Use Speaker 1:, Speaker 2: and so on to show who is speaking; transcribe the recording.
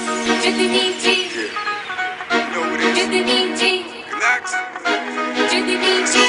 Speaker 1: Just the DJ.
Speaker 2: Yeah. You know what it is.
Speaker 1: Just the DJ.
Speaker 2: Relax.
Speaker 1: Just the DJ.